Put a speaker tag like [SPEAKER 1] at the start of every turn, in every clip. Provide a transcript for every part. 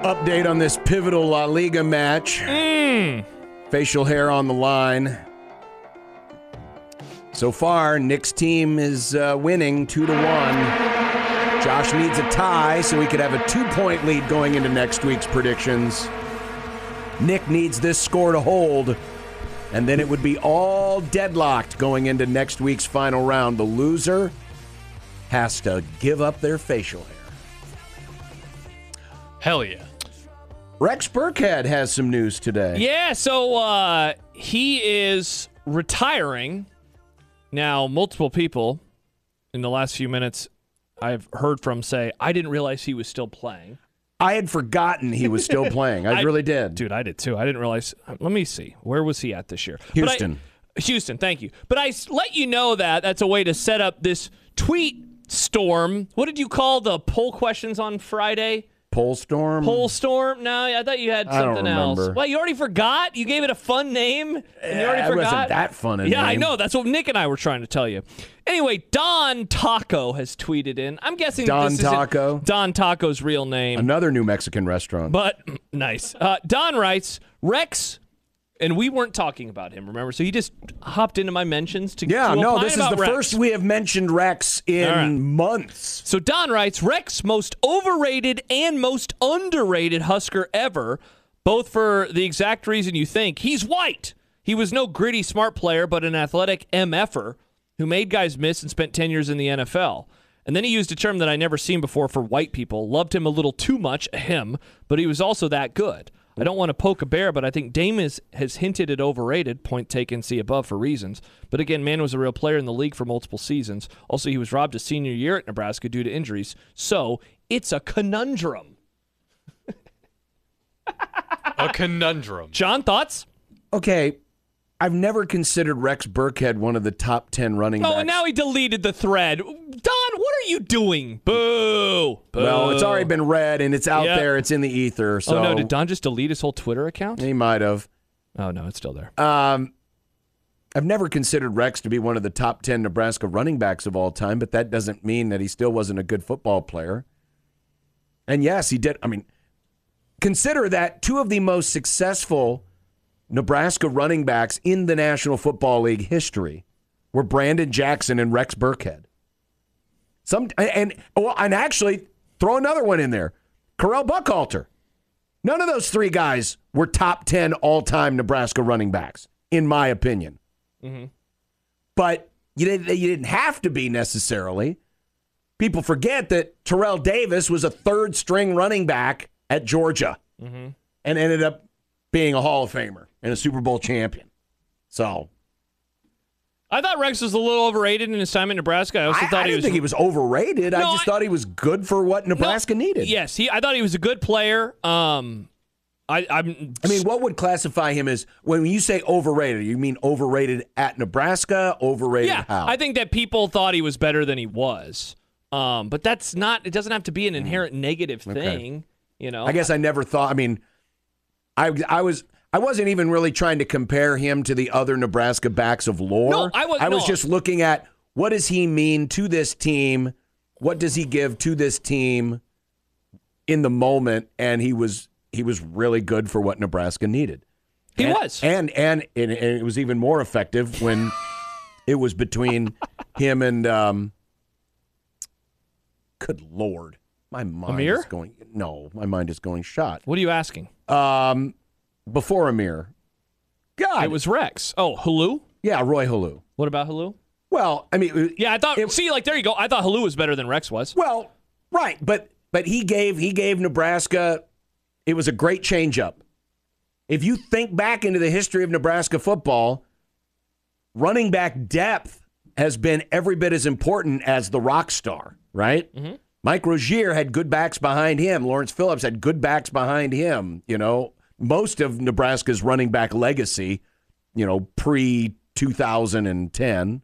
[SPEAKER 1] Update on this pivotal La Liga match. Facial hair on the line. So far, Nick's team is uh, winning two to one. Josh needs a tie so he could have a two-point lead going into next week's predictions. Nick needs this score to hold, and then it would be all deadlocked going into next week's final round. The loser has to give up their facial hair.
[SPEAKER 2] Hell yeah.
[SPEAKER 1] Rex Burkhead has some news today.
[SPEAKER 2] Yeah, so uh, he is retiring. Now, multiple people in the last few minutes I've heard from say, I didn't realize he was still playing.
[SPEAKER 1] I had forgotten he was still playing. I, really did.
[SPEAKER 2] Dude, I did too. I didn't realize. Let me see. Where was he at this year? But I-
[SPEAKER 1] Houston.
[SPEAKER 2] Houston, thank you. But I s- let you know that that's a way to set up this tweet storm. What did you call the poll questions on Friday?
[SPEAKER 1] Pole storm.
[SPEAKER 2] Pole storm? No, I thought you had
[SPEAKER 1] I don't
[SPEAKER 2] something else.
[SPEAKER 1] remember.
[SPEAKER 2] Well, you already forgot. You gave it a fun name, and you already
[SPEAKER 1] Yeah, it
[SPEAKER 2] forgot.
[SPEAKER 1] wasn't that fun a
[SPEAKER 2] Yeah, I
[SPEAKER 1] name.
[SPEAKER 2] know. That's what Nick and I were trying to tell you. Anyway, Don Taco has tweeted in. I'm guessing
[SPEAKER 1] Don
[SPEAKER 2] this isn't
[SPEAKER 1] Taco?
[SPEAKER 2] Don Taco's real name.
[SPEAKER 1] Another New Mexican restaurant.
[SPEAKER 2] But nice. Uh, Don writes Rex, and we weren't talking about him. Remember, so he just hopped into my mentions to
[SPEAKER 1] yeah,
[SPEAKER 2] to
[SPEAKER 1] no,
[SPEAKER 2] opine
[SPEAKER 1] this is
[SPEAKER 2] about
[SPEAKER 1] the
[SPEAKER 2] Rex.
[SPEAKER 1] first we have mentioned Rex in
[SPEAKER 2] All right.
[SPEAKER 1] months.
[SPEAKER 2] So Don writes Rex, most overrated and most underrated Husker ever, both for the exact reason you think. He's white. He was no gritty smart player, but an athletic MFer who made guys miss and spent 10 years in the NFL. And then he used a term that I never seen before for white people. Loved him a little too much, him, but he was also that good. I don't want to poke a bear, but I think Dame is, has hinted at overrated. Point taken, see above for reasons. But again, man was a real player in the league for multiple seasons. Also, he was robbed his senior year at Nebraska due to injuries. So it's a conundrum.
[SPEAKER 3] A conundrum.
[SPEAKER 2] John, thoughts?
[SPEAKER 1] Okay, I've never considered Rex Burkhead one of the top 10 running backs.
[SPEAKER 2] Oh, and now he deleted the thread. Don, what are you doing? Boo! Boo.
[SPEAKER 1] Well, it's already been read and it's out
[SPEAKER 2] Yeah.
[SPEAKER 1] there. It's in the ether. So
[SPEAKER 2] oh no! Did Don just delete his whole Twitter account?
[SPEAKER 1] he might have.
[SPEAKER 2] Oh no, it's still there.
[SPEAKER 1] Um, I've never considered Rex to be one of the top 10 Nebraska running backs of all time, but that doesn't mean that he still wasn't a good football player. And yes, he did. I mean, consider that two of the most successful Nebraska running backs in the National Football League history were Brandon Jackson and Rex Burkhead. Some and well, and actually throw another one in there. Terrell Buckhalter. None of those three guys were top 10 all time Nebraska running backs, in my opinion.
[SPEAKER 2] Mm-hmm.
[SPEAKER 1] But you didn't, you didn't have to be necessarily. People forget that Terrell Davis was a third string running back at Georgia
[SPEAKER 2] Mm-hmm.
[SPEAKER 1] and ended up being a Hall of Famer and a Super Bowl champion. So
[SPEAKER 2] I thought Rex was a little overrated in his time in Nebraska. I also
[SPEAKER 1] I, I
[SPEAKER 2] thought he
[SPEAKER 1] didn't
[SPEAKER 2] was
[SPEAKER 1] think he was overrated. I
[SPEAKER 2] No,
[SPEAKER 1] just
[SPEAKER 2] I-
[SPEAKER 1] thought he was good for what
[SPEAKER 2] No,
[SPEAKER 1] Nebraska needed.
[SPEAKER 2] Yes, he. I thought he was a good player. Um, I, I'm.
[SPEAKER 1] I mean, what would classify him as when you say overrated? You mean overrated at Nebraska? Overrated
[SPEAKER 2] yeah,
[SPEAKER 1] how?
[SPEAKER 2] I think that people thought he was better than he was. Um, but that's not. It doesn't have to be an inherent negative thing. You know.
[SPEAKER 1] Mm. I guess I never thought. I mean, I I was I wasn't even really trying to compare him to the other Nebraska backs of lore.
[SPEAKER 2] No, I was-
[SPEAKER 1] I was
[SPEAKER 2] no.
[SPEAKER 1] just looking at what does he mean to this team? What does he give to this team in the moment? And he was he was really good for what Nebraska needed.
[SPEAKER 2] he
[SPEAKER 1] And-
[SPEAKER 2] was.
[SPEAKER 1] and and, and and it was even more effective when it was between him and um. Good lord, my mind
[SPEAKER 2] Amir?
[SPEAKER 1] is going. No, my mind is going shot.
[SPEAKER 2] what are you asking?
[SPEAKER 1] Um, before Amir, God,
[SPEAKER 2] It was Rex. Oh, Halu.
[SPEAKER 1] yeah, Roy Halou.
[SPEAKER 2] What about Halu?
[SPEAKER 1] Well, I mean,
[SPEAKER 2] Yeah, I thought.
[SPEAKER 1] It-
[SPEAKER 2] see, like there you go. I thought Halu was better than Rex was.
[SPEAKER 1] Well, right, but but he gave he gave Nebraska. It was a great changeup. If you think back into the history of Nebraska football, running
[SPEAKER 2] Mm-hmm.
[SPEAKER 1] back depth has been every bit as important as the rock star, right? Mike Rozier had good backs behind him. Lawrence Phillips had good backs behind him. You know, most of Nebraska's running back legacy, you know, pre 2010,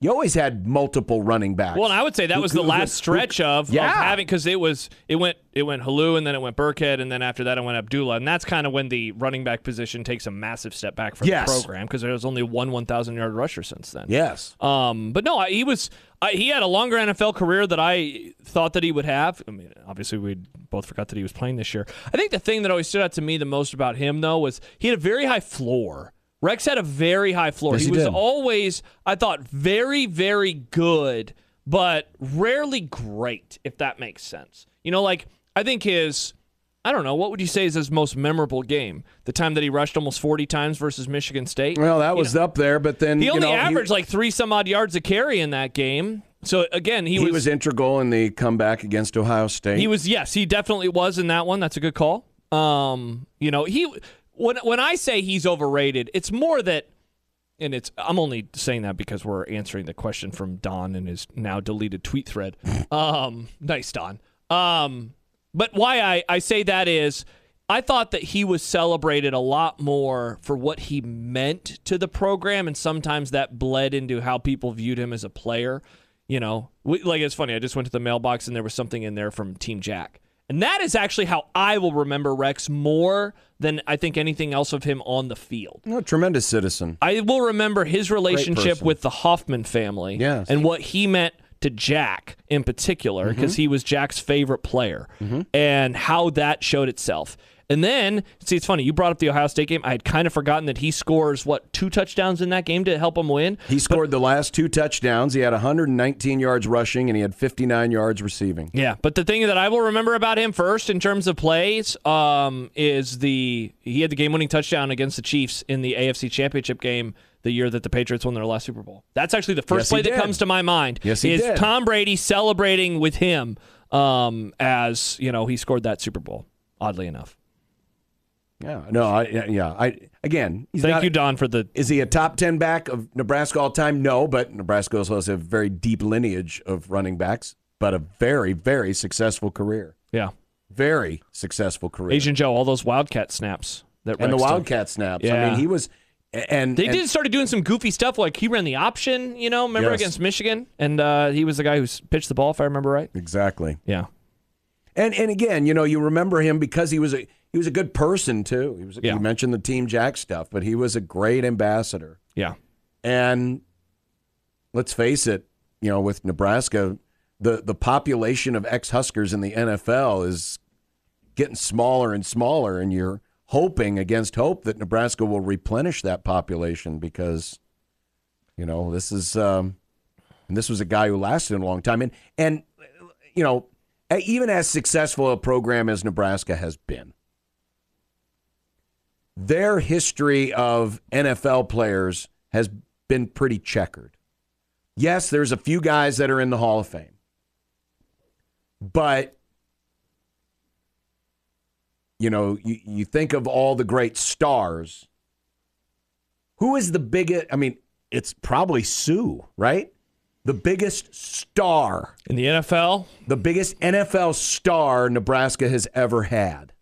[SPEAKER 1] you always had multiple running backs.
[SPEAKER 2] Well, and I would say that
[SPEAKER 1] Who-
[SPEAKER 2] was the
[SPEAKER 1] who-
[SPEAKER 2] last stretch of, of
[SPEAKER 1] Yeah.
[SPEAKER 2] having because it was it went it went Halu and then it went Burkhead and then after that it went Abdullah and that's kind of when the running back position takes a massive step back from
[SPEAKER 1] Yes.
[SPEAKER 2] the program because there was only one 1,000 yard rusher since then.
[SPEAKER 1] Yes.
[SPEAKER 2] Um, but no, I, he was I, he had a longer NFL career that I thought that he would have. I mean, obviously we both forgot that he was playing this year. I think the thing that always stood out to me the most about him though was he had a very high floor. Rex had a very high floor.
[SPEAKER 1] Yes, he
[SPEAKER 2] was
[SPEAKER 1] did.
[SPEAKER 2] always I thought very very good, but rarely great if that makes sense. You know, like I think his I don't know, what would you say is his most memorable game? The time that he rushed almost 40 times versus Michigan State?
[SPEAKER 1] Well, that was up there, but then
[SPEAKER 2] He
[SPEAKER 1] you
[SPEAKER 2] only
[SPEAKER 1] know,
[SPEAKER 2] averaged like three some odd yards a carry in that game. So again, he,
[SPEAKER 1] he, was integral in the comeback against Ohio State.
[SPEAKER 2] he was yes, he definitely was in that one. That's a good call. Um, you know, he when when I say he's overrated, it's more that and it's I'm only saying that because we're answering the question from Don in his now deleted tweet thread. Um, nice Don. Um, but why I I say that is I thought that he was celebrated a lot more for what he meant to the program, and sometimes that bled into how people viewed him as a player. You know, we, like it's funny. I just went to the mailbox and there was something in there from Team Jack. And that is actually how I will remember Rex more than I think anything else of him on the field.
[SPEAKER 1] No, tremendous citizen.
[SPEAKER 2] I will remember his relationship
[SPEAKER 1] Mm-hmm. person.
[SPEAKER 2] with the Hoffman family
[SPEAKER 1] Yes. Mm-hmm.
[SPEAKER 2] and what he meant to Jack in particular because he was Jack's favorite player and how that showed itself. And then, see, it's funny. You brought up the Ohio State game. I had kind of forgotten that he scores, what, two touchdowns in that game to help him win?
[SPEAKER 1] He scored the last two touchdowns. He had 119 yards rushing and he had 59 yards receiving.
[SPEAKER 2] Yeah, but the thing that I will remember about him first in terms of plays um, is the he had the game-winning touchdown against the Chiefs in the AFC Championship game the year that the Patriots won their last Super Bowl. That's actually the
[SPEAKER 1] Yes,
[SPEAKER 2] first
[SPEAKER 1] he
[SPEAKER 2] play that
[SPEAKER 1] did.
[SPEAKER 2] comes to my mind.
[SPEAKER 1] Yes, he
[SPEAKER 2] is
[SPEAKER 1] did.
[SPEAKER 2] Tom Brady celebrating with him um, as you know he scored that Super Bowl. Oddly enough,
[SPEAKER 1] Yeah. No, I yeah, yeah. I again, he's
[SPEAKER 2] thank
[SPEAKER 1] not-
[SPEAKER 2] you, Don, for the
[SPEAKER 1] Is he a top 10 back of Nebraska all time? No, but Nebraska also has a very deep lineage of running backs, but a very very successful career.
[SPEAKER 2] yeah
[SPEAKER 1] Very successful career.
[SPEAKER 2] Asian Joe all those Wildcat snaps that
[SPEAKER 1] and the
[SPEAKER 2] Rex took.
[SPEAKER 1] Wildcat snaps. I
[SPEAKER 2] Yeah.
[SPEAKER 1] mean, he was and
[SPEAKER 2] They
[SPEAKER 1] and-
[SPEAKER 2] did started doing some goofy stuff, like he ran the option, you know, remember
[SPEAKER 1] Yes.
[SPEAKER 2] against Michigan, and uh, he was the guy who s- pitched the ball, if I remember right.
[SPEAKER 1] Exactly.
[SPEAKER 2] Yeah.
[SPEAKER 1] And and again, you know, you remember him because he was a he was a good person too. He was
[SPEAKER 2] Yeah.
[SPEAKER 1] you mentioned the Team Jack stuff, but he was a great ambassador.
[SPEAKER 2] Yeah.
[SPEAKER 1] And let's face it, you know, with Nebraska, the the population of ex Huskers in the NFL is getting smaller and smaller, and you're hoping against hope that Nebraska will replenish that population because, you know, this is um, and this was a guy who lasted a long time, and and you know, even as successful a program as Nebraska has been, their history of NFL players has been pretty checkered. Yes, there's a few guys that are in the Hall of Fame, but you know, you, you think of all the great stars. Who is the biggest? I mean, it's probably Sue, right? The biggest star,
[SPEAKER 2] In the NFL,
[SPEAKER 1] the biggest NFL star Nebraska has ever had.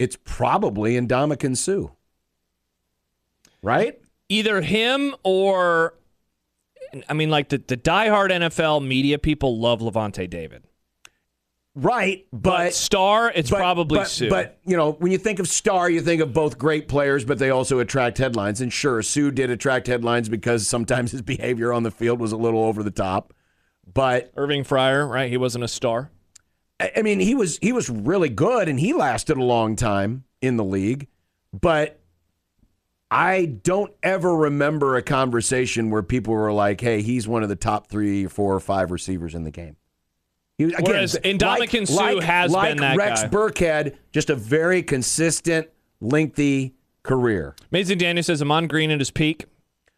[SPEAKER 1] It's probably Indomitian Sue, right?
[SPEAKER 2] either him or I mean, like the, the diehard NFL media people love Levante David.
[SPEAKER 1] Right, but
[SPEAKER 2] Star, it's
[SPEAKER 1] but-
[SPEAKER 2] probably
[SPEAKER 1] but,
[SPEAKER 2] Sue.
[SPEAKER 1] But you know, when you think of star, you think of both great players, but they also attract headlines. And sure, Sue did attract headlines because sometimes his behavior on the field was a little over the top. But
[SPEAKER 2] Irving Fryer, right? He wasn't a star.
[SPEAKER 1] I I mean, he was he was really good, and he lasted a long time in the league. But I don't ever remember a conversation where people were like, "Hey, he's one of the top three, four, or five receivers in the game." He was,
[SPEAKER 2] Whereas Ndamukong Suh has
[SPEAKER 1] like
[SPEAKER 2] been that
[SPEAKER 1] Rex
[SPEAKER 2] guy.
[SPEAKER 1] Burkhead, just a very consistent, lengthy career.
[SPEAKER 2] Amazing Daniel says Amon Green at his peak.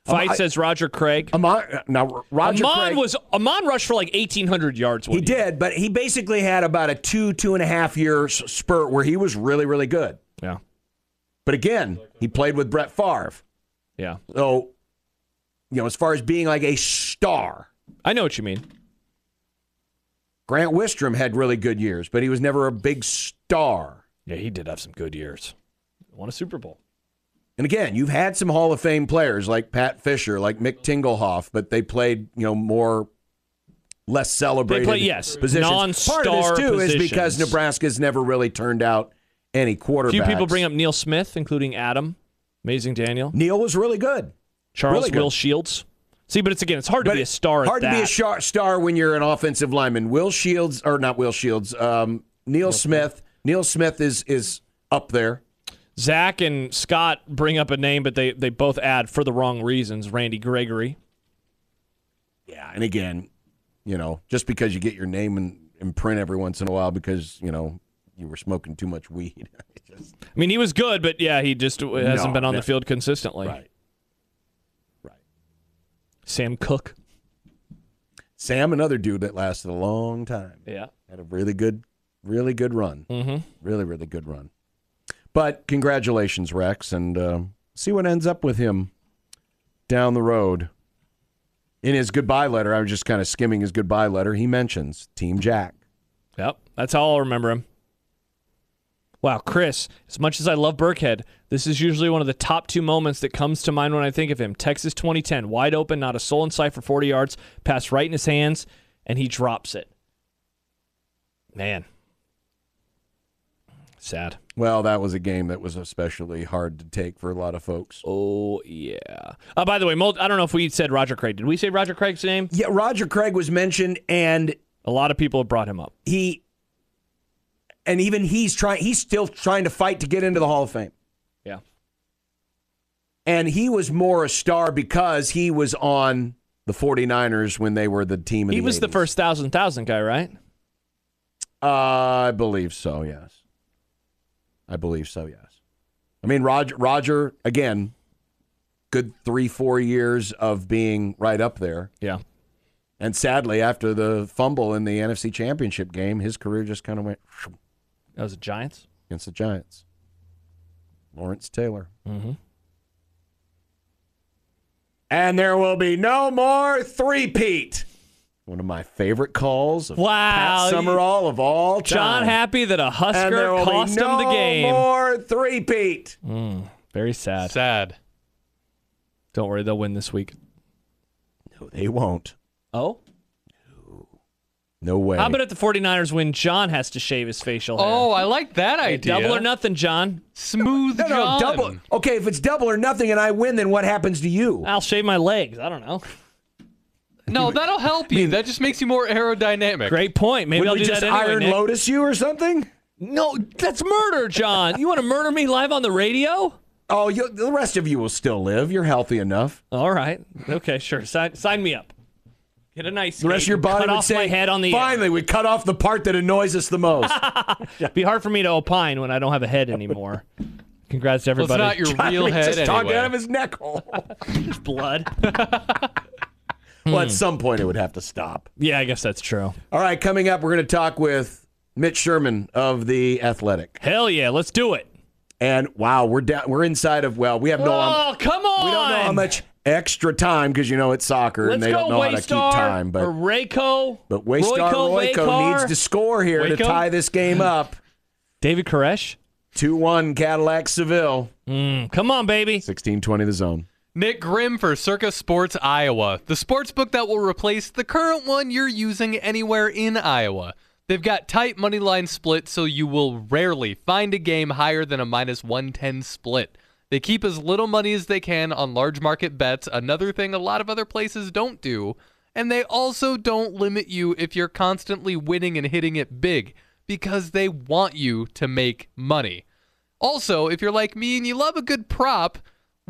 [SPEAKER 2] Fight
[SPEAKER 1] I-
[SPEAKER 2] says Roger Craig.
[SPEAKER 1] Amon, uh, now Roger
[SPEAKER 2] Amon
[SPEAKER 1] Craig,
[SPEAKER 2] was Amon rushed for like eighteen hundred yards. One
[SPEAKER 1] he
[SPEAKER 2] year.
[SPEAKER 1] did, but he basically had about a two, two and a half year s- spurt where he was really, really good.
[SPEAKER 2] Yeah,
[SPEAKER 1] But again, he played with Brett Favre.
[SPEAKER 2] yeah.
[SPEAKER 1] So, you know, as far as being like a star,
[SPEAKER 2] I know what you mean.
[SPEAKER 1] Grant Wistrom had really good years, but he was never a big star.
[SPEAKER 2] Yeah, he did have some good years. Won a Super Bowl.
[SPEAKER 1] And again, you've had some Hall of Fame players like Pat Fisher, like Mick Tinglehoff, but they played, you know, more less celebrated
[SPEAKER 2] play- yes,
[SPEAKER 1] positions. Part of
[SPEAKER 2] non-star
[SPEAKER 1] this too is
[SPEAKER 2] positions.
[SPEAKER 1] because Nebraska's never really turned out any quarterbacks.
[SPEAKER 2] Few people bring up Neil Smith, including Adam, Amazing Daniel,
[SPEAKER 1] Neil was really good.
[SPEAKER 2] Charles
[SPEAKER 1] really good.
[SPEAKER 2] Will Shields. See, but it's again, it's hard to be a star. at
[SPEAKER 1] hard to be a
[SPEAKER 2] that.
[SPEAKER 1] shar- star when you're an offensive lineman. Will Shields or not Will Shields? Um, Neil Smith. Neil Smith is is up there.
[SPEAKER 2] Zach and Scott bring up a name, but they they both add for the wrong reasons. Randy Gregory.
[SPEAKER 1] Yeah, and again, you know, just because you get your name in, in print every once in a while because you know you were smoking too much weed. It's just,
[SPEAKER 2] I mean, he was good, but yeah, he just hasn't
[SPEAKER 1] No,
[SPEAKER 2] been on
[SPEAKER 1] no.
[SPEAKER 2] the field consistently.
[SPEAKER 1] right, right.
[SPEAKER 2] Sam Cook.
[SPEAKER 1] Sam, another dude that lasted a long time.
[SPEAKER 2] Yeah.
[SPEAKER 1] had a really good, really good run. Mm-hmm. Really, really good run. But congratulations, Rex, and um see what ends up with him down the road. In his goodbye letter, I was just kind of skimming his goodbye letter. He mentions Team Jack.
[SPEAKER 2] Yep. That's how I'll remember him. Wow, Chris, as much as I love Burkhead, this is usually one of the top two moments that comes to mind when I think of him. Texas 2010, wide open, not a soul in sight for 40 yards, pass right in his hands, and he drops it. Man. Sad.
[SPEAKER 1] Well, that was a game that was especially hard to take for a lot of folks.
[SPEAKER 2] Oh, yeah. Uh, by the way, Mul- I don't know if we said Roger Craig. Did we say Roger Craig's name?
[SPEAKER 1] Yeah, Roger Craig was mentioned, and
[SPEAKER 2] A lot of people have brought him up.
[SPEAKER 1] he, and even he's trying. He's still trying to fight to get into the Hall of Fame.
[SPEAKER 2] Yeah.
[SPEAKER 1] And he was more a star because he was on the 49ers when they were the team. In
[SPEAKER 2] He
[SPEAKER 1] the
[SPEAKER 2] was the
[SPEAKER 1] 80s.
[SPEAKER 2] first thousand thousand guy, right?
[SPEAKER 1] Uh, I believe so. Yes, I believe so. Yes. I mean, Roger. Roger again. Good three, four years of being right up there,
[SPEAKER 2] Yeah.
[SPEAKER 1] and sadly, after the fumble in the NFC Championship game, his career just kind of went
[SPEAKER 2] That was the Giants.
[SPEAKER 1] against the Giants. Lawrence Taylor.
[SPEAKER 2] Mhm.
[SPEAKER 1] And there will be no more three-peat. One of my favorite calls of
[SPEAKER 2] Wow.
[SPEAKER 1] Pat Summerall of all time.
[SPEAKER 2] John Happy that a
[SPEAKER 1] and there
[SPEAKER 2] Husker
[SPEAKER 1] will
[SPEAKER 2] cost
[SPEAKER 1] be no
[SPEAKER 2] him the game.
[SPEAKER 1] more three-peat.
[SPEAKER 2] Very sad.
[SPEAKER 3] Sad.
[SPEAKER 2] Don't worry, they'll win this week.
[SPEAKER 1] No, they won't.
[SPEAKER 2] Oh?
[SPEAKER 1] No way.
[SPEAKER 2] How about if the 49ers win, John has to shave his facial hair?
[SPEAKER 3] Oh, I like that idea.
[SPEAKER 2] Double or nothing, John.
[SPEAKER 3] Smooth
[SPEAKER 1] no, no,
[SPEAKER 3] John.
[SPEAKER 1] double. Okay, if it's double or nothing and I win, then what happens to you?
[SPEAKER 2] I'll shave my legs. I don't know.
[SPEAKER 3] No, that'll help you. that just makes you more aerodynamic.
[SPEAKER 2] Great point. Maybe
[SPEAKER 1] Would
[SPEAKER 2] I'll
[SPEAKER 1] we
[SPEAKER 2] do
[SPEAKER 1] just
[SPEAKER 2] that anyway,
[SPEAKER 1] iron
[SPEAKER 2] Nick.
[SPEAKER 1] lotus you or something?
[SPEAKER 2] No, that's murder, John. you want to murder me live on the radio?
[SPEAKER 1] Oh, you, the rest of you will still live. You're healthy enough.
[SPEAKER 2] All right. Okay, sure. Sign, sign me up. Get a nice.
[SPEAKER 1] The rest of your body
[SPEAKER 2] cut
[SPEAKER 1] would
[SPEAKER 2] off
[SPEAKER 1] say,
[SPEAKER 2] my head on the. end.
[SPEAKER 1] Finally, we cut off the part that annoys us the most.
[SPEAKER 2] It'd be hard for me to opine when I don't have a head anymore. Congrats to
[SPEAKER 3] Well, it's
[SPEAKER 2] everybody.
[SPEAKER 3] not your real
[SPEAKER 1] He's
[SPEAKER 3] head
[SPEAKER 1] just talking out of
[SPEAKER 3] anyway.
[SPEAKER 1] his neck hole.
[SPEAKER 2] blood. Hmm.
[SPEAKER 1] well, at some point, it would have to stop.
[SPEAKER 2] yeah, I guess that's true.
[SPEAKER 1] All right, coming up, we're going to talk with Mitch Sherman of the Athletic.
[SPEAKER 2] Hell yeah, let's do it.
[SPEAKER 1] And wow, we're down. We're inside of well, we have no. um,
[SPEAKER 2] oh, come on.
[SPEAKER 1] we don't know how much extra time because you know it's soccer
[SPEAKER 2] Let's
[SPEAKER 1] and they
[SPEAKER 2] go
[SPEAKER 1] don't know how
[SPEAKER 2] Waystar
[SPEAKER 1] to keep time. But
[SPEAKER 2] or Rayco.
[SPEAKER 1] but Waystar
[SPEAKER 2] Royco,
[SPEAKER 1] Royco,
[SPEAKER 2] Vaycar.
[SPEAKER 1] needs to score here to
[SPEAKER 2] Waco?
[SPEAKER 1] tie this game up.
[SPEAKER 2] David Koresh.
[SPEAKER 1] Two one Cadillac Seville.
[SPEAKER 2] Mm, come on, baby.
[SPEAKER 1] Sixteen twenty the zone.
[SPEAKER 3] Nick Grimm for Circus Sports Iowa, the sports book that will replace the current one you're using anywhere in Iowa. They've got tight money line splits, so you will rarely find a game higher than a minus 110 split. They keep as little money as they can on large market bets, another thing a lot of other places don't do. And they also don't limit you if you're constantly winning and hitting it big, because they want you to make money. Also, if you're like me and you love a good prop,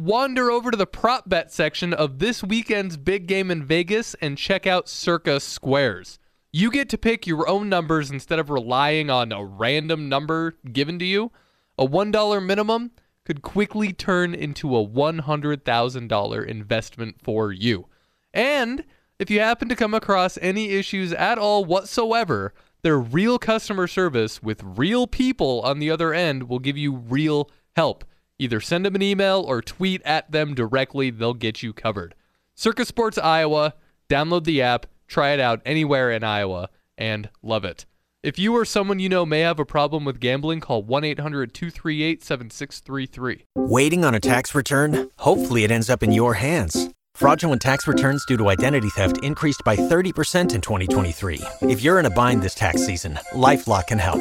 [SPEAKER 3] wander over to the prop bet section of this weekend's big game in Vegas and check out Circa Squares. You get to pick your own numbers instead of relying on a random number given to you. A $1 minimum could quickly turn into a $100,000 investment for you. And if you happen to come across any issues at all whatsoever, their real customer service with real people on the other end will give you real help. Either send them an email or tweet at them directly, they'll get you covered. Circus Sports Iowa, download the app, try it out anywhere in Iowa, and love it. If you or someone you know may have a problem with gambling, call 1 800 238 7633.
[SPEAKER 4] Waiting on a tax return? Hopefully, it ends up in your hands. Fraudulent tax returns due to identity theft increased by 30% in 2023. If you're in a bind this tax season, LifeLock can help.